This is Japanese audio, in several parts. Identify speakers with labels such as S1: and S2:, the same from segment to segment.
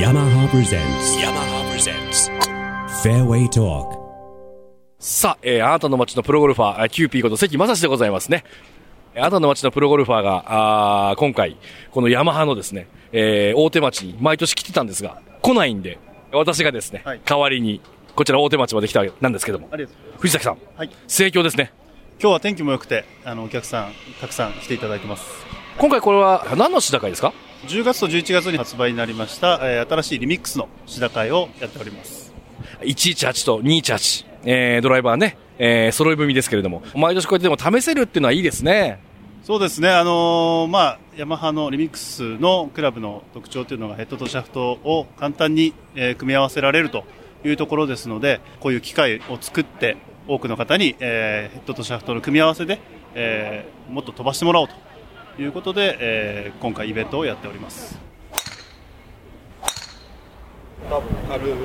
S1: yamaha presents yamaha presents fairway talk
S2: さあ、えーあなたの街のプロゴルファー、あキューピーこと関正史でございますね。えーあなたの街のプロゴルファーが、あー今回、このヤマハのですね、えー大手町に毎年来てたんですが、来ないんで、私がですね、
S3: はい
S2: 代わりに、こちら大手町まで来たわけなんですけども、
S3: ありがとうございます。
S2: 藤崎さん、
S3: はい。
S2: 盛況ですね。
S3: 今日は天気も良くて、あのお客さんたくさん来ていただいてます。
S2: 今回これは何の試高会ですか
S3: 10月と11月に発売になりました、えー新しいリミックスの試打会をやっております。
S2: ?118 と218、えードライバーね、えー揃い踏みですけれども、毎年こうやってでも試せるっていうのはいいですね。
S3: そうですね。あのーまあヤマハのリミックスのクラブの特徴というのがヘッドとシャフトを簡単に、えー組み合わせられるというところですので、こういう機械を作って多くの方に、えーヘッドとシャフトの組み合わせで、えーもっと飛ばしてもらおうということで、えー今回イベントをやっております。
S4: 多分軽いので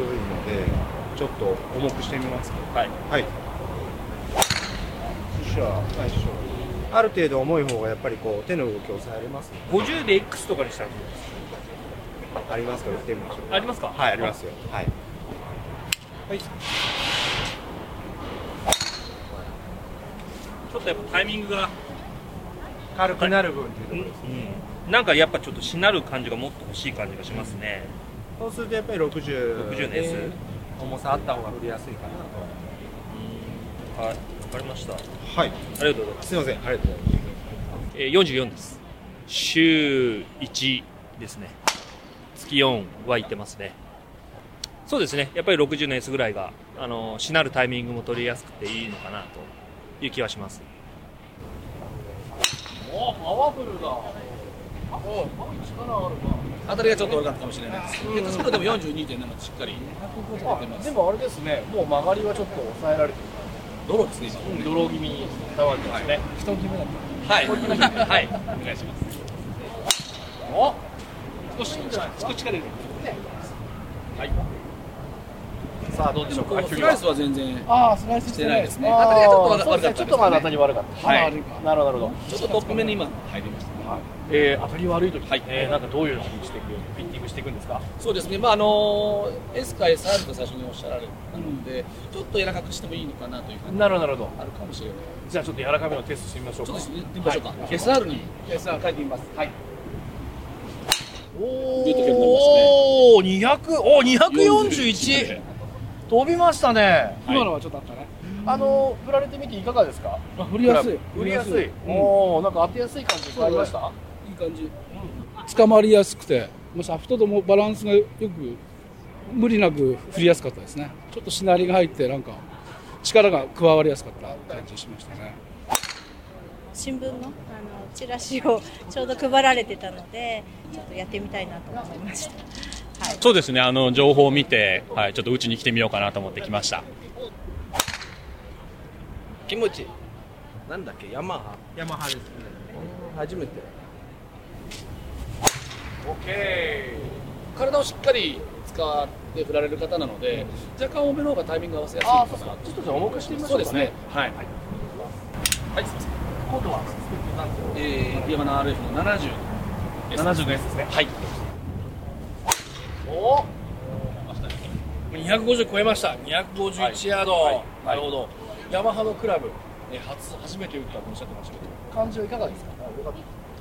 S4: ちょっと重くしてみますはいはいそしたらはいそしたらある程度重い方がやっぱりこう手の動きを抑えれますね
S5: 50で X とかにしたらどうです
S4: ありますから打ってみましょう
S5: かありますか
S4: はいありますよはい
S5: ちょっとやっぱタイミングが、
S4: 軽くなる分っていうところです、
S5: うん、なんかやっぱちょっとしなる感じがもっと欲しい感じがしますね
S4: そうするとやっぱり60
S5: 60です
S4: ね重さあった方が振りやすいかなと
S5: はいわかりましたあ
S4: はい
S5: りがとうございます、
S4: すいませんありがとうございます
S5: えー、44です週1ですね月4はいってますねそうですねやっぱり60の S ぐらいがあのしなるタイミングも取りやすくていいのかなという気はします
S6: 当たりがちょっと悪かったかもしれないですけど、ヘッドスピードでも42.7しっかり出てます。でもあれですね、もう曲がりはちょっと抑えられてる。ドローですね、今。ドロー気味にたわけですね。人気目だった。はい。はい。お願いします。お少し、少し力入れる。はい。さあ、どうでしょうか。スライスは全然。ああ、スライスしてないですね。当たりがちょっと悪かったですね。ちょっとまだ当たり悪かった。はい。なるほど。ちょっとトップ目に今入りました。
S2: え当たり悪い時、えなんかどういうふうにしていく、ピッティングしていくんですか
S6: そうですね、まああの S か SR と最初におっしゃられたので、ちょっと柔らかくしてもいいのかなという感じ
S2: なるほど、なるほど。
S6: あるかもしれない。
S2: じゃあちょっと柔らかめのテストしてみましょう
S6: ちょ
S2: か
S6: っと。してみましょうか。SR に SR 書いてみます。はい。ビューティフルになりましたね。
S2: おお、200、お241。飛びましたね。
S6: 今のはちょっとあったね。
S2: あの振られてみていかがですか？
S6: あ振りやすい。
S2: 振りやすい。おお、なんか当てやすい感じがありました。
S6: いい感じ。捕まりやすくて、もしアフトともバランスがよく無理なく振りやすかったですね。ちょっとしなりが入ってなんか力が加わりやすかった感じしましたね。
S7: 新聞のあのチラシをちょうど配られてたのでちょっとやってみたいなと思いました。はい、
S8: そうですね、あの情報を見て、はい、ちょっとうちに来てみようかなと思って来ました。
S9: キムチなんだっけヤマハ
S4: ヤマハですね
S9: 初めて
S6: 体をしっかり使って振られる方なので、若干多めの方がタイミング合わせやすいのかなちょっとじゃ重くしてみましょうですね。はい。はい、すみません。今度は、えー、ディアマナ RF の70。70のやつですね。はい。
S2: 250超えました。251ヤード。なるほど。ヤマハのクラブ、え初初めて打ったとおっしゃってましたけど、感じはいかがですか？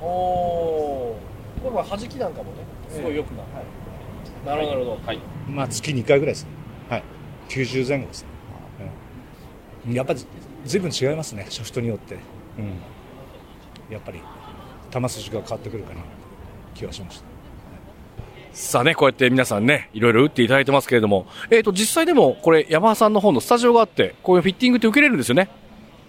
S2: おおー。これは弾きなんかもね、すごい良くなる。なるほどなるほど。はい。
S10: まあ、月2回ぐらいですね、はい、90前後ですね、うんやっぱりずいぶん違いますね、シャフトによって、うん、やっぱり球筋が変わってくるかなって気はしました。
S2: さあね、こうやって皆さんね、いろいろ打っていただいてますけれども、えっ、と、実際でも、これ、ヤマハさんの方のスタジオがあって、こういうフィッティングって受けれるんですよね。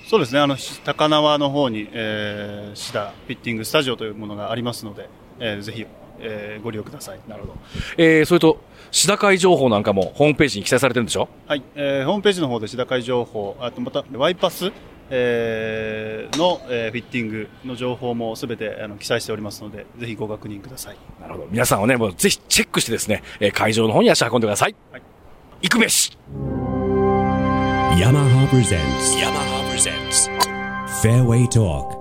S3: そうですね、あのし高輪の方に、えー、シダフィッティングスタジオというものがありますので、えーぜひ、えーご利用ください。なるほど。
S2: えー、それと、シダ会情報なんかもホームページに記載されてるんでしょ
S3: はい、えーホームページの方でシダ会情報、あとまたワイパス、えーの、えーフィッティングの情報もすべてあの記載しておりますので、ぜひご確認ください。
S2: なるほど。皆さんをね、もうぜひチェックしてですね、えー会場の方に足を運んでください。
S3: はい
S2: 行くべし
S1: yamaha presents yamaha presents fairway talk